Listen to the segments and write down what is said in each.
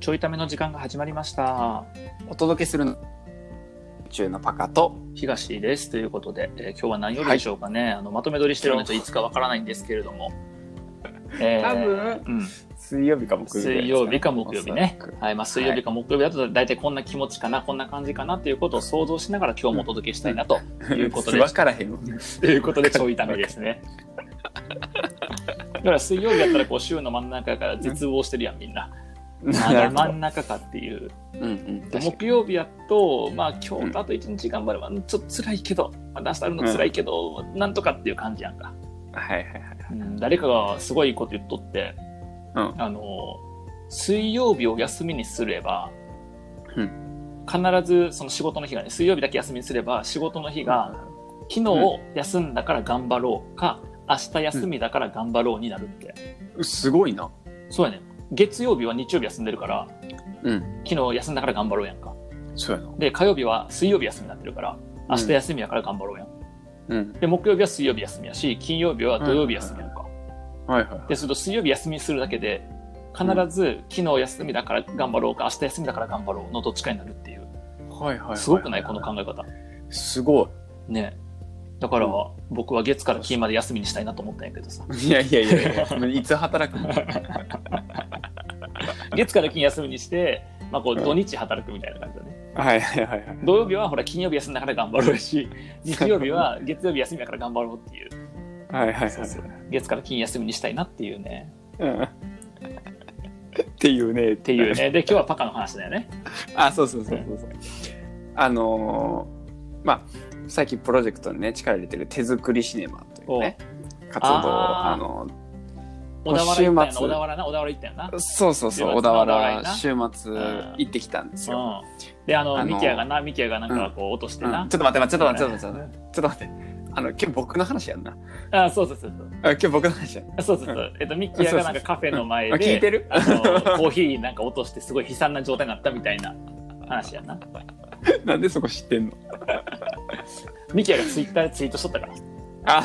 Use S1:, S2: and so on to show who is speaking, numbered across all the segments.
S1: ちょいための時間が始まりました。
S2: お届けするの中のパカと
S1: 東です。ということで、えー今日は何曜日でしょうかね。あのまとめ撮りしてるのといつかわからないんですけれども。えー
S2: 多分
S1: うん、
S2: 水曜日か木
S1: 水
S2: 曜日ぐらいですね
S1: 曜日か木曜日ね
S2: おそら。く
S1: はい、まあ水曜日か木曜日だと大体こんな気持ちかな、こんな感じかなということを想像しながら今日もお届けしたいなという ことで
S2: 分からへんもんね
S1: ということでちょい痛めですね。だから水曜日やったらこう週の真ん中から絶望してるやんみんな。ま
S2: な
S1: だ
S2: るほ
S1: 真
S2: ど
S1: ん中かっていう。
S2: うんうん
S1: で
S2: 確かに
S1: 木曜日やっと、まあ今日とあと一日頑張ればちょっと辛いけど、まあ、明日あるの辛いけど、なんとかっていう感じやんか。
S2: はいはいはい
S1: うん誰かがすごいこと言っとって、
S2: うん
S1: あの水曜日を休みにすれば、
S2: う
S1: 必ずその仕事の日がね水曜日だけ休みにすれば仕事の日が昨
S2: う
S1: 日休んだから頑張ろうか明日休みだから頑張ろうになるって、
S2: うんすごいな
S1: そうやね月曜日は日曜日休んでるから
S2: うん
S1: 昨日休んだから頑張ろうやんか
S2: そうやな
S1: で火曜日は水曜日休みになってるから明日休みやから頑張ろうやん、
S2: うん
S1: で木曜日は水曜日休みやし金曜日は土曜日休みやんか、
S2: はいはい
S1: ですると水曜日休みにするだけで必ず昨日休みだから頑張ろうか明日休みだから頑張ろうのどっちかになるっていう
S2: はいはいは
S1: すごくないこの考え方
S2: すご
S1: ねだから
S2: う
S1: 僕は月から金まで休みにしたいなと思ったんやけどさ
S2: いいやいやいやいやいつ働く の
S1: 月から金休みにして、まあ、こう
S2: うん
S1: 土日働くみたいな感じだね
S2: はいはいはいはい
S1: 土曜日はほら金曜日休んだから頑張ろうや し日曜日は月曜日休みだから頑張ろうっていう
S2: はいはいはい
S1: そうそう月から金休みにしたいなっていうね
S2: うん っていうねっ
S1: っていう ねで今日はパカの話だよね
S2: あそうそうそうそうそうあのーまあ最近プロジェクトにね力入れてる手作りシネマというね活動を
S1: あー
S2: あの
S1: 小田原行ったよな
S2: 週末
S1: 小田原な小田原行ったよな
S2: そうそうそう
S1: 10
S2: 小
S1: 月の小
S2: 田
S1: 田原
S2: 原
S1: な
S2: 週末行ってきたんですよ、
S1: うん、であの
S2: あの
S1: ミキヤがなミキヤがなんかこう落として
S2: うん
S1: な、
S2: ちょっと待ってちょっと待ってちょっと待ってちょっと待ってあの今日僕の話やんな
S1: あそうそうそうそう
S2: あ今日僕の話やんな
S1: そうそうそうえっとミキヤがなんかカフェの前
S2: あ聞い
S1: で
S2: てる
S1: あのコーヒーなんか落としてすごい悲惨な状態になったみたいな話やな
S2: なんでそこ知ってんの
S1: ミキヤがツイッターでツイートしとったから
S2: あ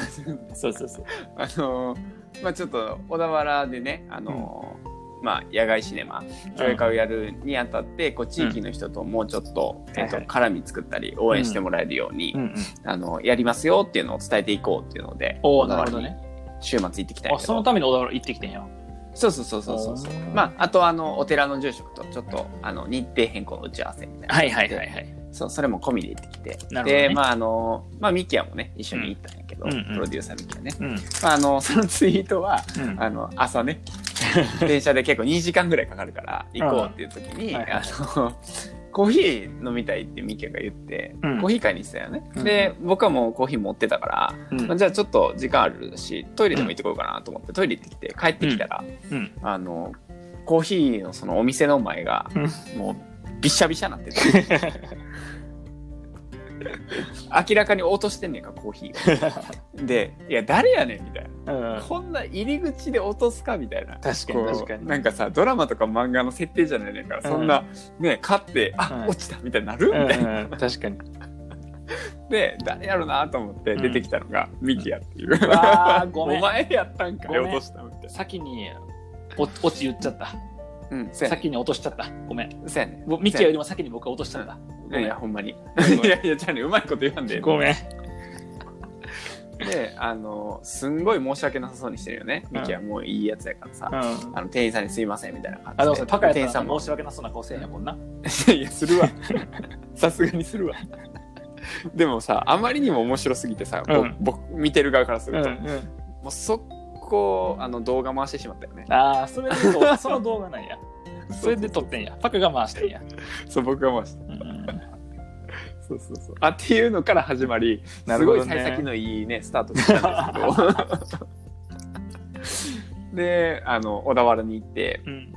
S1: そうそうそう
S2: あのーまあちょっと小田原でねあのーまあ、野外シネマ上映会をやるにあたってこう地域の人ともうちょっと,、えっと
S1: はい
S2: 絡み作ったり応援してもらえるように、
S1: うんうん
S2: あのやりますよっていうのを伝えていこうっていうので
S1: おお
S2: 小
S1: な
S2: 田
S1: るほど
S2: 原に
S1: ね
S2: 週末行ってきたん
S1: あ
S2: やけ
S1: その
S2: ど
S1: ために小田原行ってきてんや
S2: そうそうそうそうそうそう
S1: おー
S2: まああとあのお寺の住職とちょっとあの日程変更の打ち合わせみたいな
S1: はいはいはいはい
S2: そうそれも込みで行ってきて、
S1: なるほどね
S2: でまああのまあミキヤもね一緒に行ったんやけど、
S1: うんうんうん
S2: プロデューサーミキヤね、
S1: うんうん
S2: まあ、あのそのツイートはあの朝 ね電車で結構2時間ぐらいかかるから行こうっていう時に
S1: うんはい
S2: あのコーヒー飲みたいってミキヤが言って、
S1: うん
S2: コーヒー買いに行ってたよね、
S1: うん
S2: で僕はもうコーヒー持ってたから、
S1: うん
S2: まあ、じゃあちょっと時間あるしトイレでも行ってこようかなと思ってトイレ行ってきて帰ってきたら、
S1: うん
S2: あのコーヒーのそのお店の前がもうびしゃびしゃなってて 明らかに落としてんねんかコーヒーをでいや誰やねんみたい
S1: うん
S2: なこんな入り口で落とすかみたいな
S1: 確か
S2: こ
S1: に
S2: う
S1: 確かに
S2: なんかさドラマとか漫画の設定じゃないねんからそんな、ね勝ってあ、
S1: うん
S2: 落ちたみたいになるみ
S1: う
S2: たい
S1: ん
S2: な、
S1: うん確かに
S2: で誰やろうなと思って出てきたのがミキヤっていう、
S1: んうわーご めん
S2: お前やったんか
S1: ごめん
S2: よ落としたみたい
S1: 先にお落ち言っちゃった
S2: なうんそうやね
S1: 先に落としちゃったごめん
S2: そうやね
S1: ぼミキヤよりも先に僕は落としちゃったごめ
S2: いやい
S1: ん
S2: やほんまに い
S1: ん
S2: やいやじゃあねうまいこと言わんで
S1: ごめん
S2: であのすんごい申し訳なさそうにしてるよねミキヤもういいやつやからさ、
S1: うん
S2: あの店員さんにすいませんみたいな
S1: あ、で
S2: 感
S1: も
S2: じ
S1: さ
S2: で
S1: パカや
S2: 店員
S1: った
S2: さん
S1: ら
S2: も
S1: 申し訳なそうな顔せえへんもんな。
S2: いやいやするわさすがにするわでもさあまりにも面白すぎてさ、
S1: うん
S2: 僕僕見てる側からすると、
S1: ん。
S2: もう速攻あの動画回してしまったよね
S1: ああ、それでと、その動画 なんや。それで撮ってんや。パカが回してんや。
S2: そう僕が回した
S1: うん
S2: そうそうそう。あっていうのから始まり、
S1: なる
S2: す
S1: ほ
S2: ご
S1: ど
S2: い
S1: ね
S2: 幸先のいいねスタートだったんですけど。 であの小田原に行って
S1: うん。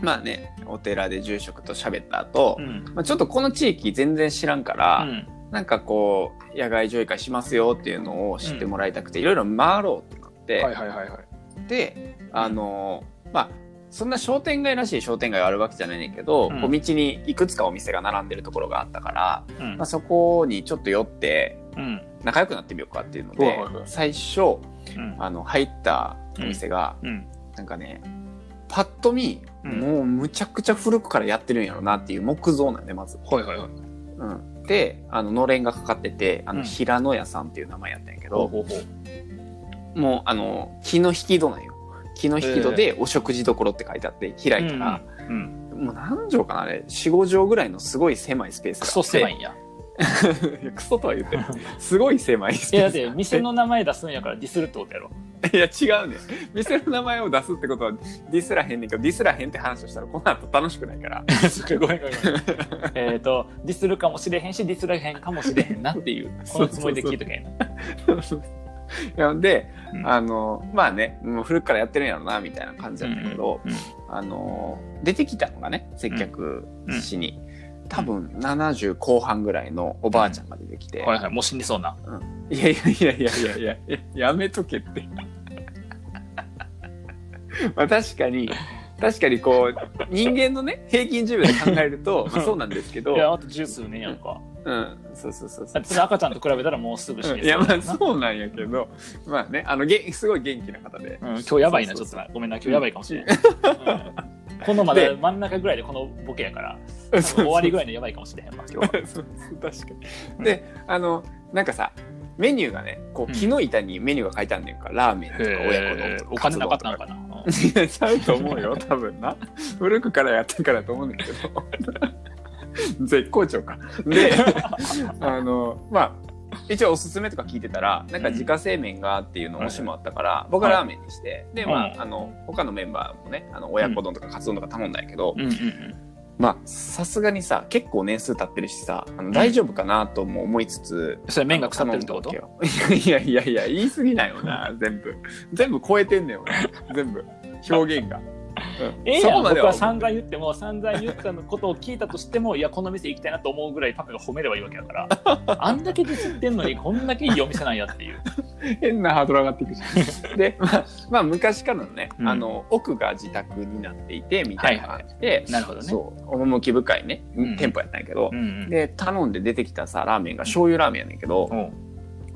S2: まあねお寺で住職と喋った後、
S1: うん。
S2: まあちょっとこの地域全然知らんから、
S1: うん
S2: なんかこう野外上映会しますよっていうのを知ってもらいたくて、いろいろ回ろうってなって、
S1: はいはいはいはい。
S2: であのまあそんな商店街らしい商店街があるわけじゃないねんだけど、
S1: うん
S2: 小道にいくつかお店が並んでるところがあったから、
S1: うん
S2: まあ、。そこにちょっと寄って
S1: うん。
S2: 仲良くなってみようかっていうの
S1: はい
S2: で
S1: はいはい
S2: 最初
S1: うん
S2: あの入ったお店が
S1: うん。
S2: なんかねパッと見、
S1: うん
S2: もうむちゃくちゃ古くからやってるんやろなっていう木造なんでまず、
S1: はいはいはい。
S2: うん、であののれんがかかっててあ
S1: う
S2: の
S1: ん
S2: 平野屋さんっていう名前やったんやけ
S1: ほう
S2: ど、
S1: ほうほう。
S2: もうあの木の引き戸なんよ木の引き戸でお食事処って書いてあって開いたら、
S1: うん。
S2: もう何畳かなあれ45畳ぐらいのすごい狭いスペースがあ
S1: ク
S2: って
S1: ソ狭いんや。
S2: いやクソとは言ってるすごい狭いス
S1: い
S2: ペ
S1: やだ
S2: ー
S1: って
S2: ス
S1: 店の名前出すんやからディスるってことやろ。
S2: いや違うね店の名前を出すってことはディスらへんねんけどディスらへんって話をしたらこの後楽しくないから
S1: ごめんごめんごめん。 えっと、ディスるかもしれへんし、ディスらへんかもしれへんなっていう、そのつもりで聞いとけ。
S2: いやで、
S1: うん
S2: あのまあねもう古くからやってるんやろなみたいな感じだったけど、
S1: うんうん
S2: あの出てきたのがね接客しに、多分70後半ぐらいのおばあちゃんが出てきて、
S1: はいはい、もう死んでそうな。
S2: いやいやいやいやいやいや、やめとけって。 まあ確かに、確かにこう、人間のね、平均寿命で考えると、まあそうなんですけど、
S1: いや、あと十数年やんか。
S2: うん、そうそうそうそ
S1: だ
S2: う
S1: ってそれ赤ちゃんと比べたらもうすぐ死ん
S2: うん。
S1: で
S2: いや、
S1: そう
S2: ま
S1: や
S2: あ
S1: な。
S2: そうなんやけど、まあね、あの、げすごい元気な方で。
S1: うん、今日やばいな、ち
S2: そ
S1: ょ
S2: う
S1: っ
S2: そ
S1: と
S2: う
S1: な。ごめんな、今日やばいかもしれない。うんこのまだ
S2: で
S1: 真ん中ぐらいでこのボケやから、多
S2: そう
S1: 分終わりぐらいのやばいかもしれへんわ、今日は。
S2: そうそう確か
S1: うん
S2: に。で、あの、なんかさ、メニューがね、こう、木の板にメニューが書いてあんねんか、らラーメンとか親子丼
S1: へー
S2: とか。
S1: お金なか ったの
S2: カツ丼
S1: か
S2: と
S1: な。うん
S2: いやちゃうと思うよ多分な古くからやってるからと思うんだけど 絶好調か であのまあ一応おすすめとか聞いてたらなんか自家製麺がっていうのを推しもあったから、僕はラーメンにして、でま
S1: うん
S2: ああの他のメンバーもねあの親子丼とかカツ丼とか頼んだんやけど、
S1: うんうんうん
S2: まあさすがにさ結構年数経ってるしさあの大丈夫かなとも思いつつ、
S1: それ麺が腐ってるってこと
S2: 頼んだわけよいやいやいや言い過ぎないよ な全部全部超えてんねよな全部表現が、うん
S1: ええやん、僕は
S2: 思
S1: 散々言っても、散々言ったのことを聞いたとしても、いや、この店行きたいなと思うぐらいパパが褒めればいいわけだから、 あんだけディスってんのに、こんだけいいお店なんやっていう。
S2: 変なハードル上がって いくしでまあ、まあ、昔からのね、
S1: うん
S2: あの奥が自宅になっていてみたいな感じで、
S1: なるほどね。
S2: そう趣深いね、
S1: うん
S2: 店舗やったんやけど
S1: う、んうん。
S2: で頼んで出てきたさラーメンが醤油ラーメンやねんけど、
S1: おう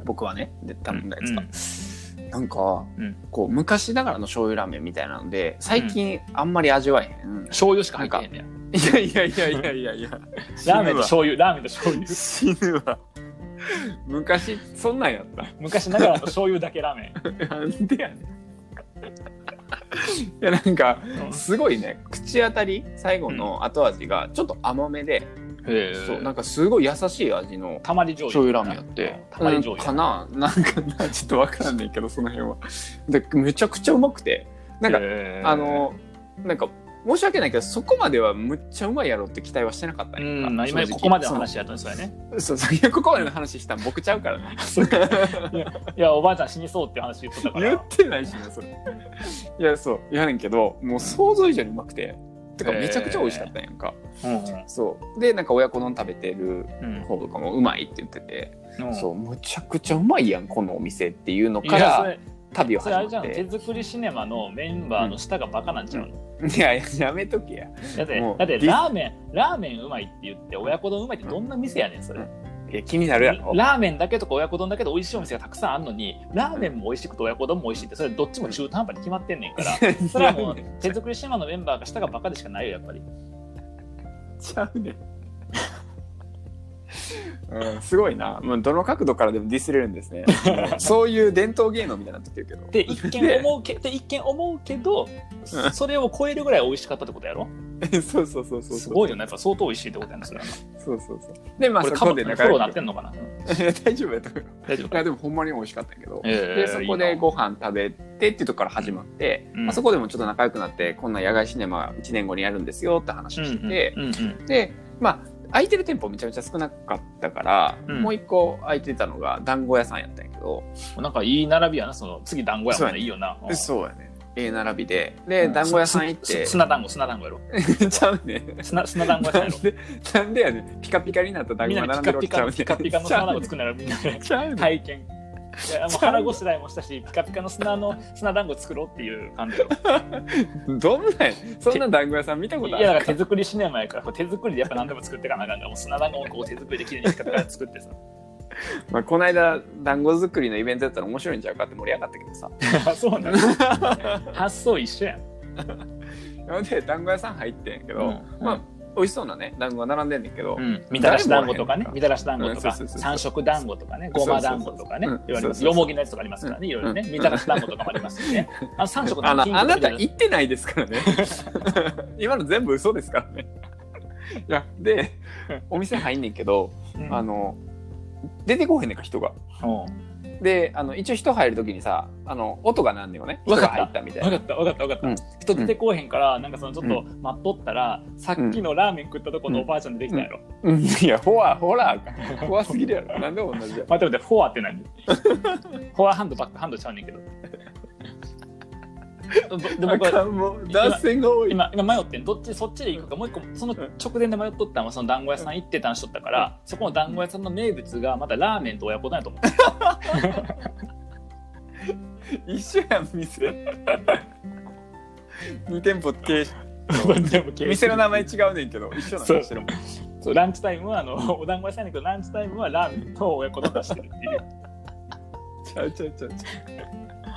S2: 僕はねで頼んだやつ
S1: う
S2: が
S1: ん、
S2: なんか、
S1: うん
S2: こう昔ながらの醤油ラーメンみたいなので最近あんまり味わえへん、
S1: 醤油しか入ってへんねや。
S2: いやいやいやいやい やいや
S1: ラーメンと醤油、ラーメンと醤油。
S2: 死ぬわ昔そんなんやった
S1: 昔ながらの醤油だけラーメ
S2: なんでやねん いやなんか
S1: ン。
S2: すごいね口当たり最後の後味がちょっと甘めで、
S1: へえ
S2: そうなんかすごい優しい味の
S1: たまり醤
S2: 醤
S1: 油。
S2: 油ラーメンやって
S1: たまり醤油。
S2: かななんかなちょっとわからんねんけどその辺はでめちゃくちゃうまくてなんか
S1: へー
S2: あ、のなんか申し訳ないけどそこまではむっちゃうまいやろって期待はしてなかった
S1: うん
S2: や
S1: ん、
S2: んか正
S1: 今
S2: 直
S1: ここまでの話やったんですよね。
S2: そう そういやここまでの話したら僕ちゃうからな
S1: いや、おばあちゃん死にそうっていう話言ってたか
S2: 言っ
S1: ら。
S2: てないしなそれいやそうやねんけどもう想像以上にうまくててかめちゃくちゃ美味しかったんやんか、
S1: うん
S2: そうでなんか親子丼食べてる
S1: うん
S2: 方とかもうまいって言ってて、
S1: うん。
S2: そうむちゃくちゃうまいやんこのお店っていうの
S1: い
S2: か
S1: や、それ
S2: ら、旅を
S1: それあれ
S2: 始
S1: じゃ
S2: ま
S1: ん、
S2: っ
S1: 手
S2: て
S1: 作りシネマのメンバーの舌がバカなんちゃうの、
S2: いやいややめとけや
S1: だって、
S2: もう
S1: だって
S2: ディス
S1: ラーメン、ラーメンうまいって言って、親子丼うまいってどんな店やねん、それ。
S2: いや気になるやろ
S1: ラーメンだけとか親子丼だけで美味しいお店がたくさんあるのに、ラーメンも美味しくて親子丼も美味しいって、それどっちも中途半端に決まってんねんから、それはもう手作りシネマのメンバーが舌がバカでしかないよ、やっぱり。
S2: ちゃうね。うん、すごいな。もうどの角度からでもディスれるんです ね。もうそういう伝統芸能みたいになってきてるけど。
S1: で一見思うけで一見思うけど
S2: うん
S1: それを超えるぐらい美味しかったってことやろ
S2: そうそうそうそう。
S1: すごいよねやっぱ相当美味しいってことやなそれはな
S2: そうそうそう。で、まあ
S1: これ
S2: そ
S1: カ
S2: こ
S1: モ
S2: で
S1: の
S2: 仲
S1: フォローな
S2: 良
S1: っ
S2: く
S1: て。んのかなうん
S2: 大丈夫やと思う。
S1: 大丈夫
S2: い
S1: か
S2: や、でもほんまに美味しかったんやけど。
S1: え
S2: で、
S1: ー
S2: そこでご飯食べてっていうとこから始まって、
S1: うん
S2: まあ、そこでもちょっと仲良くなって、こんな野外シネマ1年後にやるんですよって話をしてて、
S1: うんうんうんうん
S2: で、まあ、空いてる店舗めちゃめちゃ少なかったから、
S1: うん
S2: もう一個空いてたのが団子屋さんやったんやけど、
S1: なんかいい並びやなその次団子やも
S2: そうんや
S1: ね
S2: ね
S1: いいよな
S2: えそうやね。ええ並びで。で、団子屋さん行っ
S1: す
S2: て
S1: す。砂団子砂団子やろ
S2: ちゃうね。
S1: 砂砂団子屋さんや
S2: なん
S1: ろ
S2: で、なんでやねん。ピカピカになった団
S1: みん
S2: 子
S1: な
S2: が
S1: で
S2: 並
S1: ピ
S2: んで
S1: カ
S2: るわ
S1: ピ
S2: けち
S1: カの
S2: ゃうね。
S1: ピカピカの
S2: ちゃ
S1: 砂団
S2: う
S1: 子
S2: ね
S1: 作るならみんなで
S2: ちゃうね。
S1: 体験 いやもう腹ごしらえもしたしピカピカの砂の砂団子作ろうっていう感じよ
S2: どんなんやそんな団子屋さん見たこ
S1: い
S2: と
S1: や
S2: あ
S1: だ
S2: る
S1: から手作りシネマやからこれ手作りでやっぱ何でも作ってかなあかんからもう砂団子をこう手作りできれいにピカピカに作ってさ
S2: まあ、この間、団子作りのイベントやったら 面白いんちゃうかって盛り上がったけどさ。
S1: そうなん発想一緒やん
S2: それで団子屋さん入ってんやけど、
S1: うん
S2: まあ美味しそうなね団子が並んでんねんけど、
S1: うんみたらし団子とかね
S2: 誰もおらへんから
S1: みたらし団子と
S2: うん
S1: か
S2: そうそうそうそう
S1: 三色団子とかねごま団子とかね
S2: そうそうそう
S1: 言われます
S2: うん
S1: よもぎのやつとかありますからねいろいろね
S2: うん
S1: みたらし団子とかもありますしねあの三色
S2: あ
S1: 団
S2: の
S1: 子
S2: あなた
S1: い
S2: 行ってないですからね 今の全部嘘ですから ねいやでお店入んねんけど、あの出てこうへんねんか人がであの一応人入る時にさあの音がなんねんよね人
S1: わかっ
S2: が
S1: た
S2: 入ったみたい
S1: 分か
S2: な
S1: った分かった分か
S2: うん
S1: った人出てこうへんからなんかそのちょっと待っとったらさっきのラーメン食ったとこのおばあちゃん出てきたやろ
S2: うんいやほらほら怖すぎるやろなんで同じや
S1: 待って待ってフォアって何フォアハンドバックハンドちゃうねん けどぼで
S2: あ
S1: 僕は
S2: かんもう脱線が多い
S1: 今今迷ってんどっちそっちで行くかもう一個その直前で迷っとったのはその団子屋さん行ってたんしとったからそこの団子屋さんの名物がまたラーメンと親子だやと思 って
S2: 一緒やん 店2店舗経営し 店の名前違うねんけど一緒なん
S1: そう
S2: してるもん
S1: そうランチタイムはあのお団子屋さんやねんけどランチタイムはラーメンと親子丼出してるっていう
S2: ちゃうちゃうちゃうち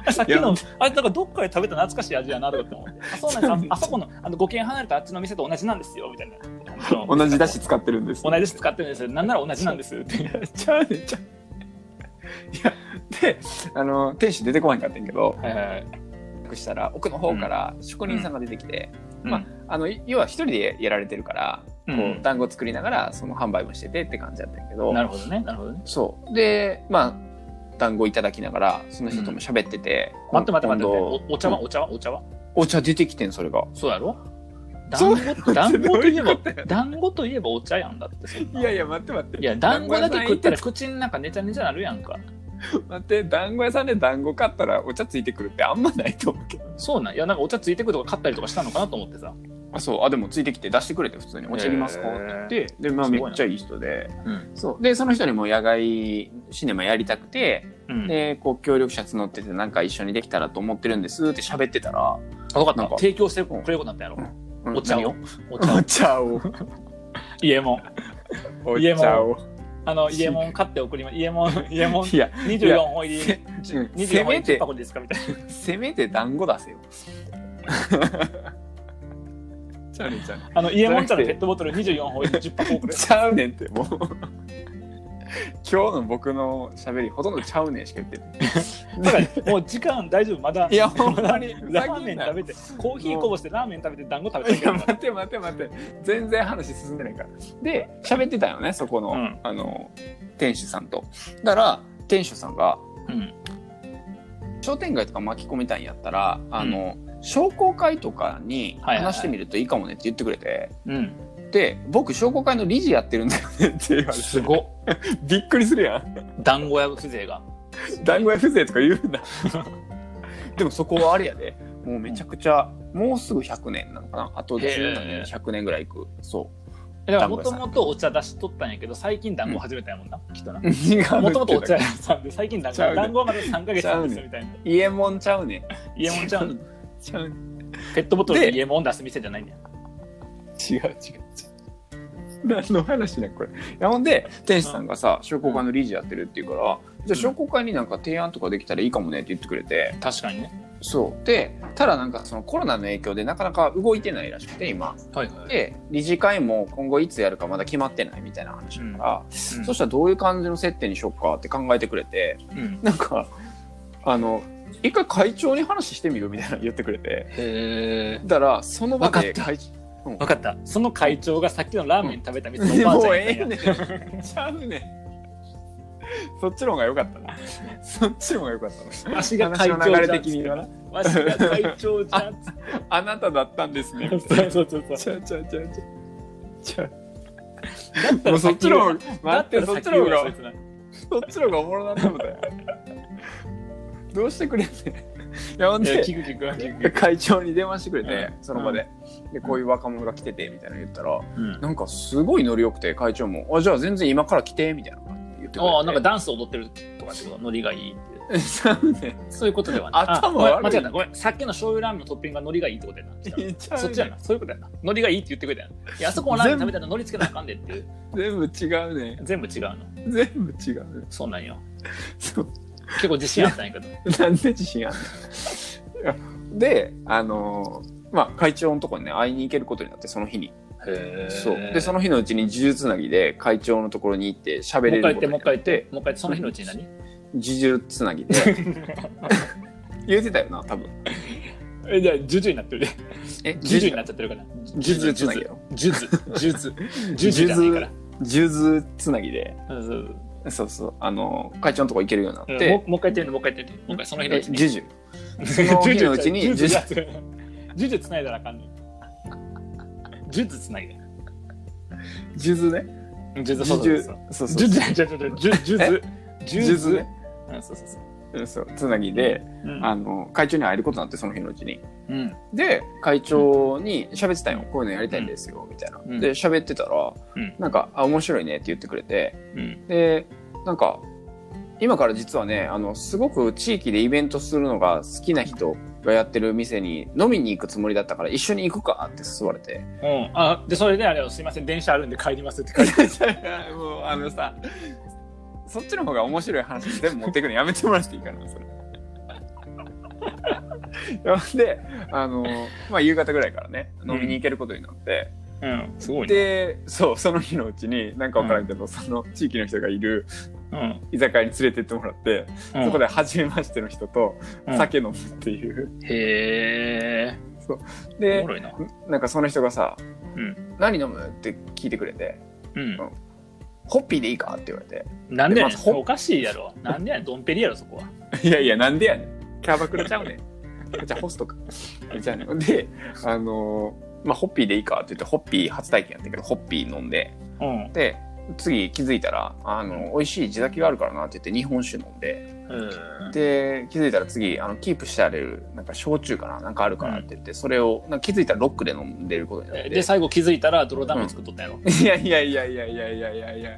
S1: あ さっきのあれだからどっかで食べた懐かしい味やなとかって思ってあそうなん ですああそこのあの5軒離れたあっちの店と同じなんですよみたいな
S2: ゃう同じだし使ってるんです
S1: 同じです使ってるんですよなんなら同じなんですって
S2: ちゃうねんちゃういやであの店主出てこないかったんやけど
S1: はいはいはい
S2: したら奥の方から職人さんが出てきて、
S1: うん
S2: まああのい要は一人でやられてるから、
S1: うん
S2: こう団子作りながらその販売もしててって感じだったんやけど
S1: なるほどねなるほどね
S2: そうでまあ団子いただきながらその人とも喋ってて、
S1: 待って待って待って
S2: 今度
S1: おお茶はお茶はお茶は
S2: お茶出てきてんそれが
S1: そうやろ
S2: そ
S1: 団
S2: う
S1: 子団子といえ
S2: どうい
S1: ば
S2: うことや
S1: 団子といえばお茶やんだってそんない
S2: やいや待って待って
S1: い や団子だけ食ったら口の中ネチャネチャなるやんか
S2: 待って団子屋さんで団子買ったらお茶ついてくるってあんまないと思うけど
S1: そうなんいやなんかお茶ついてくるとか買ったりとかしたのかなと思ってさ
S2: あそうあでもついてきて出してくれて普通に「お茶いりますか?」
S1: へ
S2: っ
S1: ー
S2: て言ってで、まあ、
S1: す
S2: め
S1: ごいな
S2: っちゃいい人で
S1: うん
S2: そうでその人にも野外シネマやりたくて、
S1: うん
S2: でこう協力者募っててなんか一緒にできたらと思ってるんですって喋ってたら、
S1: あよかっ
S2: なん
S1: た
S2: か
S1: 提供してくれることになったんや
S2: う
S1: ろ
S2: ん
S1: お茶
S2: 何
S1: を
S2: を
S1: お茶を
S2: お茶を
S1: 家もん
S2: お
S1: 家も
S2: 茶を
S1: あの家もん買って送ります家 もん家もん
S2: いやい
S1: 24
S2: や
S1: 本入り
S2: せうん
S1: 24
S2: せ
S1: 本入
S2: め
S1: り10
S2: て
S1: 箱ですかみたいな
S2: せめて団子出せよちゃうねんちゃうね
S1: あの家もん茶のペットボトル24本入り10箱送
S2: ん
S1: る
S2: ちゃうねんってもう今日の僕の喋りほとんどちゃうねんしか言ってない
S1: だからもう時間大丈夫まだ
S2: いやほんまに
S1: ラーメン食べてコーヒーこぼしてラーメン食べて団子食べて
S2: い
S1: る
S2: や
S1: か
S2: 待って待って待って全然話進んでないからで喋ってたよねそこの、
S1: うん
S2: あの店主さんとだから店主さんが
S1: らうん
S2: 商店街とか巻き込みたいんやったらあの、商工会とかに
S1: はいはいはい
S2: 話してみるといいかもねって言ってくれて、
S1: うん
S2: で僕商工会の理事やってるんだよねって言われ て
S1: すごっ
S2: びっくりするやん
S1: 団子屋風情が
S2: 団子屋風情とか言うな でもそこはあれやでもうめちゃくちゃ、もうすぐ100年なのかなあと10
S1: へー
S2: 年100年ぐらいいくそう
S1: だからもともとお茶出しとったんやけど最近団子始めたんやもんな、きっとな も
S2: も
S1: ともとお茶屋さんで最近団子
S2: ちゃうね
S1: 団子はまだ3ヶ月なんですよみたいな
S2: 家もんちゃう ねん
S1: 家もんちゃん
S2: ちゃうね
S1: ペットボトルで
S2: で
S1: 家もん出す店じゃないんだよ
S2: 違う違う違 う何の話ねこれいやほんで店主さんがさ商工会の理事やってるっていうから、じゃあ商工会になんか提案とかできたらいいかもねって言ってくれて
S1: 確かにね
S2: そうでただなんかそのコロナの影響でなかなか動いてないらしくて今
S1: はいは
S2: で理事会も今後いつやるかまだ決まってないみたいな話だから、そしたらどういう感じの接点にしよっかって考えてくれて
S1: うん、
S2: なんかあの一回会長に話してみるみたいなの言ってくれて
S1: へえ
S2: だからその場
S1: わか
S2: で
S1: った
S2: 会長
S1: 分かったその会長がさっきのラーメン食べた店のおばあち
S2: も
S1: ゃ
S2: う
S1: やっ
S2: んえ
S1: た
S2: え
S1: ん
S2: ね
S1: や
S2: んちゃうねんそっちの方が良かったなそっちの方が良かったな
S1: わしが会長じゃん
S2: 話の流れ的にはな
S1: わしが会長じゃんっつっ
S2: あなただったんですね
S1: てそうそうそうそう
S2: ちゃうちゃうちゃうちゃうちゃう
S1: だった
S2: もう
S1: ら
S2: そっち
S1: 先言
S2: の方
S1: お
S2: が
S1: う
S2: 待って
S1: だ
S2: そ
S1: たら
S2: っち
S1: 先言お
S2: の方
S1: う
S2: が
S1: そいつな
S2: そっちの方がおもろなったもんだよどうしてくれんねんいやほん
S1: いや
S2: で
S1: 聞く聞く聞く
S2: 会長に電話してくれて、
S1: うん
S2: その場で,、でこういう若者が来ててみたいなの言ったら、
S1: うん
S2: なんかすごいノリよくて会長も「あじゃあ全然今から来て」みたいな感じで言ってくれて
S1: ああなんかダンス踊ってるとかってことノリがいいっていう
S2: 3年
S1: そういうことではない。
S2: 頭
S1: あごめん
S2: 悪い
S1: 間違えた。ごめん。さっきの醤油ラーメンのトッピングが海苔がいいってことやな。そっちやな。そういうことやな。海苔がいいって言ってくれたやな。いや、あそこもラーメン食べたら海苔つけなあかんでっていう。
S2: 全部違うね
S1: 全部違うの。
S2: 全部違うね
S1: そうなんよ。
S2: そう
S1: 結構自信あったんやけど。
S2: なんで自信あんのいやであのーまあ、会長のとこにね、会いに行けることになって、その日に。
S1: へ
S2: そう。で、その日のうちに呪術つなぎで会長のところに行って
S1: も
S2: 喋
S1: う
S2: れ
S1: 一回
S2: る
S1: 言ってもう
S2: こと
S1: 一回言ってもう一回言ってその日のうちに何
S2: 呪術つなぎで。 言うてたよな、多分。
S1: えじゃあジュジュになってるね
S2: え、
S1: ジュジュに
S2: 呪
S1: なっちゃってるから
S2: 術つなぎよ。
S1: ジュズジュズジュジュじゃないから
S2: 呪術つなぎで。
S1: うんそう
S2: そうそう。あの、会長のとこ行けるようになっ
S1: うん
S2: て
S1: も。うもう一回言ってみてもう一回言ってみてもう一回その日の
S2: え
S1: うちに
S2: 呪術。その日のうちに
S1: ジュジュじゃないジュジュつないだらあかんねんジュズつないで
S2: 呪術ね。
S1: ジュズそうそ
S2: 呪
S1: う
S2: 術
S1: そう。
S2: そう
S1: ジュズ
S2: そう。
S1: ジュズジュジュズジ
S2: 呪
S1: ュ
S2: 術
S1: ズ
S2: ね。
S1: うんそうそうそう
S2: うんそう。つなぎで、
S1: うん
S2: あの、会長に会えることになって、その日のうちに。
S1: うん
S2: で会長に喋ってたよ、こういうのやりたいんですよ、みたいな、
S1: うん
S2: で喋ってたら、
S1: うん
S2: なんかあ面白いねって言ってくれて
S1: うん
S2: でなんか今から実はねあのすごく地域でイベントするのが好きな人がやってる店に飲みに行くつもりだったから一緒に行くかって誘われて
S1: うんあでそれであれよすいません電車あるんで帰りますって書 いて
S2: もうあのさそっちの方が面白い話全部持ってくのやめてもらっていいかなそれであの、まあ、夕方ぐらいからね飲みに行けることになって、
S1: うんすごいね
S2: でそうその日のうちになんかわからんけど、その地域の人がいる
S1: うん
S2: 居酒屋に連れてってもらって、
S1: うん
S2: そこで初めましての人と
S1: うん
S2: 酒飲むっていう、
S1: へえお
S2: で
S1: もろいな
S2: なんかその人がさ「
S1: うん
S2: 何飲む?」って聞いてくれて
S1: うん
S2: 「ホッピーでいいか?」って言われ
S1: なんでやね
S2: で
S1: ん
S2: まずほ
S1: おかしいやろなんでやねんドンペリやろそこは
S2: て「いやいやなんでやねんキャバクラちゃうねん」じゃあホストかじゃあねであのーまあホッピーでいいかって言ってホッピー初体験やったけどホッピー飲んで
S1: うん
S2: で次気づいたらあの美味しい地酒があるからなって言って日本酒飲んで
S1: うん
S2: で気づいたら次あのキープしてあれるなんか焼酎かななんかあるからって言って、それをなんか気づいたらロックで飲んでることになっ
S1: え
S2: て
S1: で最後気づいたら泥ダム作っとったやろ
S2: いやいやいやいやいやいやいやいや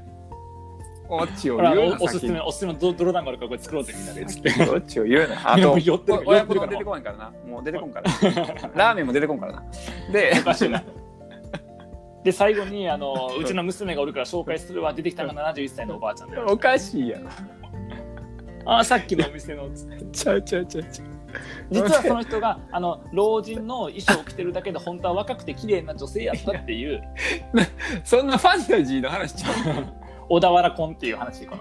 S2: オチを
S1: ほら
S2: 言うな
S1: おおすす
S2: 先に
S1: めおすすめの泥団子あるからこれ作ろうぜみんなで つって
S2: オチを言うなあ
S1: いやも
S2: と
S1: う寄ってる
S2: お親子
S1: 寄ってるから
S2: 丼出てこないからなもう出てこんからラーメンも出てこんから なで
S1: おかしいなで最後にあのうちの娘がおるから紹介するわ出てきたのが71歳のおばあちゃんだよ
S2: おかしいやろ
S1: あさっきのお店の
S2: ちゃうちゃうちゃうちゃう
S1: 実はその人があの老人の衣装を着てるだけで本当は若くて綺麗な女性やったっていう
S2: そんなファンタジーの話ちゃ
S1: 小田原婚っていう話こ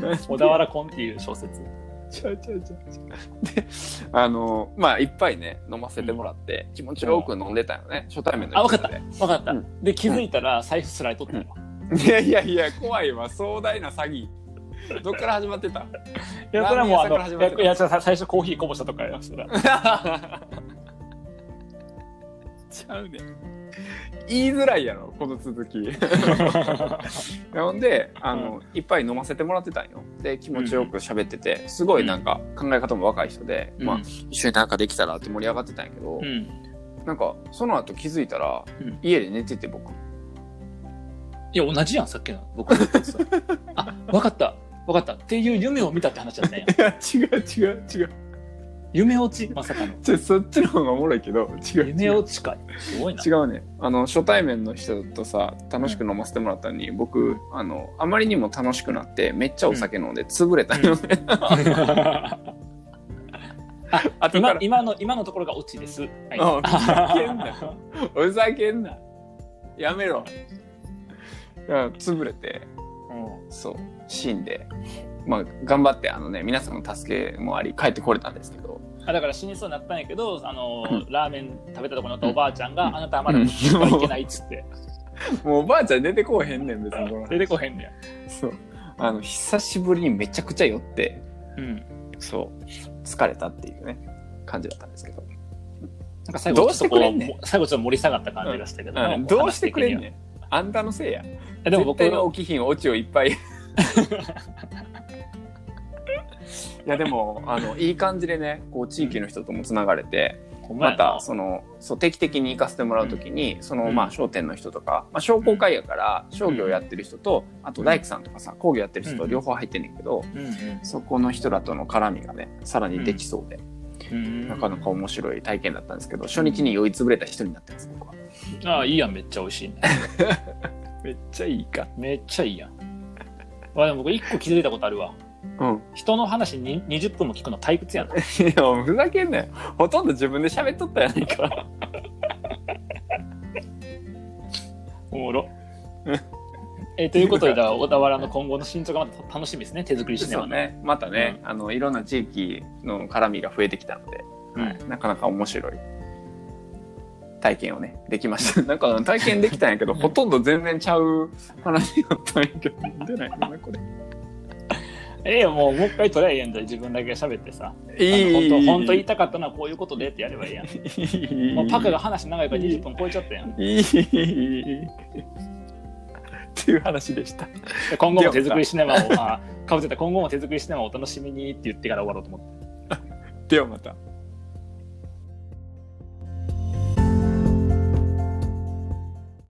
S1: の
S2: う
S1: 小田原婚っていう小説
S2: ちゃうちゃうちゃうちゃうで あのまあいっぱいね飲ませてもらって気持ちよく飲んでたよね初対面の
S1: あわか
S2: 人
S1: った
S2: で
S1: 分かった、
S2: う
S1: で気づいたら財布すられとったよ、
S2: いやいやいや、怖いわ、壮大な詐欺。どっから始まってた
S1: いやそれはもうあ
S2: ラ
S1: の
S2: ーメン屋さんから始まって
S1: いや
S2: た
S1: いやじゃあ最初コーヒーこぼしたとかよそら
S2: ちゃうねん。言いづらいやろ、この続 き。ほんで、あの、いっぱい飲ませてもらってたんよ。で、気持ちよく喋ってて、すごいなんか考え方も若い人で、まあ、一緒になんかできたらって盛り上がってたんやけど、
S1: うん
S2: なんか、その後気づいたら、
S1: うん
S2: 家で寝てて僕。
S1: いや同じやんさっきの僕のやつあ分かった分かったっていう夢を見たって話だったんや
S2: いや、違う違う違う。
S1: 夢落ちまさかの
S2: ちょそっちの方がおもろいけど、違う違う。
S1: 夢落ちかいすごいな
S2: 違うねあの初対面の人とさ楽しく飲ませてもらったのに、僕あのあまりにも楽しくなってめっちゃお酒飲んで潰れたよね、あとか
S1: 今
S2: ら
S1: 今の今のところがオチです、はい
S2: あふざけんなよお酒んなやめろいや潰れて
S1: うん
S2: そう死んでまあ頑張ってあのね皆さんの助けもあり帰ってこれたんですけど
S1: あだから死にそうになったんやけどあの、
S2: うん
S1: ラーメン食べたところにおったおばあちゃんが、
S2: うん
S1: あなたはまだ生きてはいけないっつ って
S2: もうおばあちゃん出てこうへんねん別にこの
S1: 出てこへんねや、
S2: そうあの久しぶりにめちゃくちゃ酔って
S1: うん、
S2: そう疲れたっていうね感じだったんですけど
S1: なんか最後ちょっとこう
S2: どうしてくれんねん
S1: も最後ちょっと盛り下がった感じがしたけど、
S2: う
S1: なんんかこ
S2: どうしてくれん
S1: 話的に
S2: ねんあんたのせいや
S1: はでも僕
S2: 絶対の起きひんオチをいっ ぱいいやでもあのいい感じでねこう地域の人ともつながれて、
S1: ほんま
S2: ま
S1: やな
S2: たそのそう定期的に行かせてもらう時に、その
S1: うん
S2: まあ商店の人とか、まあ、商工会やから商業やってる人と、あと大工さんとかさ工業やってる人と両方入ってんねんけど、
S1: うんう
S2: そこの人らとの絡みがねさらにできそうで、
S1: ん
S2: なかなか面白い体験だったんですけど初日に酔いつぶれた人になってます僕は
S1: ああいいやんめっちゃ美味しいね
S2: めっちゃいいか
S1: めっちゃいいやんわでも僕一個気づいたことあるわ
S2: うん
S1: 人の話に20分も聞くの退屈やない
S2: や、もうふざけんなよ。ほとんど自分で喋っとったやないか。
S1: おもろ。 えーということで、だから小田原の今後の進捗がまた楽しみですね、手作りシネ
S2: そ
S1: マ
S2: う
S1: の。
S2: ね、またね、あのいろんな地域の絡みが増えてきたので、
S1: うん
S2: はいなかなか面白い体験をねできましたなんか体験できたんや けどほとんど全然ちゃう話だったんやけど出ないかなこれ
S1: ええよもう、もう一回トライやんじゃん自分だけ喋ってさ。
S2: いい
S1: 本当、本当言いたかったのはこういうことでってやればいいやん。
S2: いい
S1: もうパクが話長いから20分超えちゃったやん。
S2: いいっていう話でした
S1: で今後も手作りシネマを、あ、かぶせた今後も手作りシネマをお楽しみにって言ってから終わろうと思って。
S2: ではまた